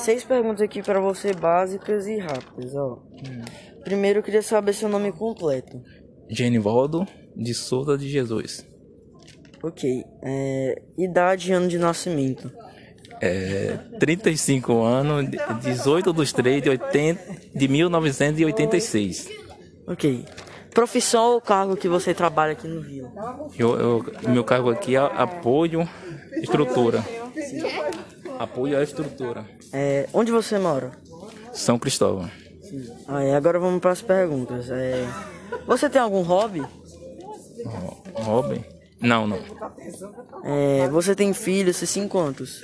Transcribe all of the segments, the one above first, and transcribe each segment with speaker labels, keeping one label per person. Speaker 1: Seis perguntas aqui pra você básicas e rápidas, ó. Primeiro eu queria saber seu nome completo.
Speaker 2: Genivaldo de Souza de Jesus.
Speaker 1: Ok. É, idade e ano de nascimento.
Speaker 2: É, 35 anos, de- 18 dos 3 de, 80, de 1986.
Speaker 1: Ok. Profissão ou cargo que você trabalha aqui no Rio?
Speaker 2: Eu, eu- meu cargo aqui é apoio estrutura. Apoio à estrutura.
Speaker 1: É, onde você mora?
Speaker 2: São Cristóvão.
Speaker 1: Ah, é, agora vamos pras perguntas. É, você tem algum hobby?
Speaker 2: Ro- Robin? Não, não.
Speaker 1: É, você tem filhos? Se sim, quantos?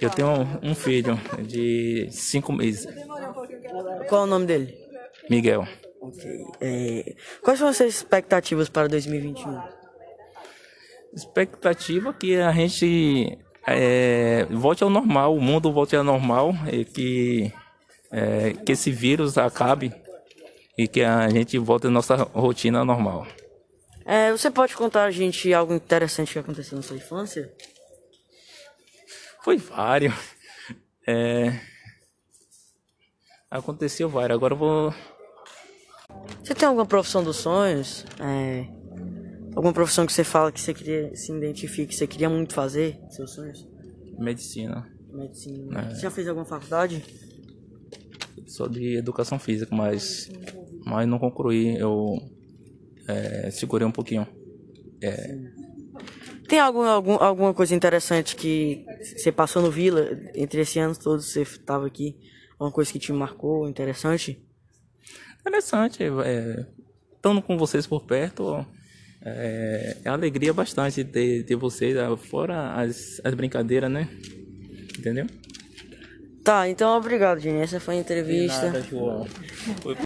Speaker 2: Eu tenho um filho de 5 meses,
Speaker 1: Qual é o nome dele?
Speaker 2: Miguel.
Speaker 1: Ok. É, quais são as suas expectativas para 2021?
Speaker 2: expectativa que a gente é, volte ao normal, o mundo volte ao normal, e que, é, que esse vírus acabe e que a gente volte à nossa rotina normal.
Speaker 1: É, você pode contar a gente algo interessante que aconteceu na sua infância?
Speaker 2: Foi vário. É, aconteceu vários. Agora eu vou.
Speaker 1: Você tem alguma profissão dos sonhos? É, alguma profissão que você fala que você queria se identifica, que você queria muito fazer? Seus sonhos?
Speaker 2: Medicina.
Speaker 1: Medicina. Você já fez alguma faculdade?
Speaker 2: Sou de educação física, mas, mas não concluí. Eu é, segurei um pouquinho.
Speaker 1: Tem algum, algum, alguma coisa interessante que você passou no Vila entre esse ano todo você estava aqui? Alguma coisa que te marcou, interessante?
Speaker 2: Interessante. É, estando com vocês por perto, é, é alegria bastante ter, ter vocês, ah, fora as, as brincadeiras, né? Entendeu?
Speaker 1: Tá, então obrigado, Jenny. Essa foi a entrevista.
Speaker 2: João. Foi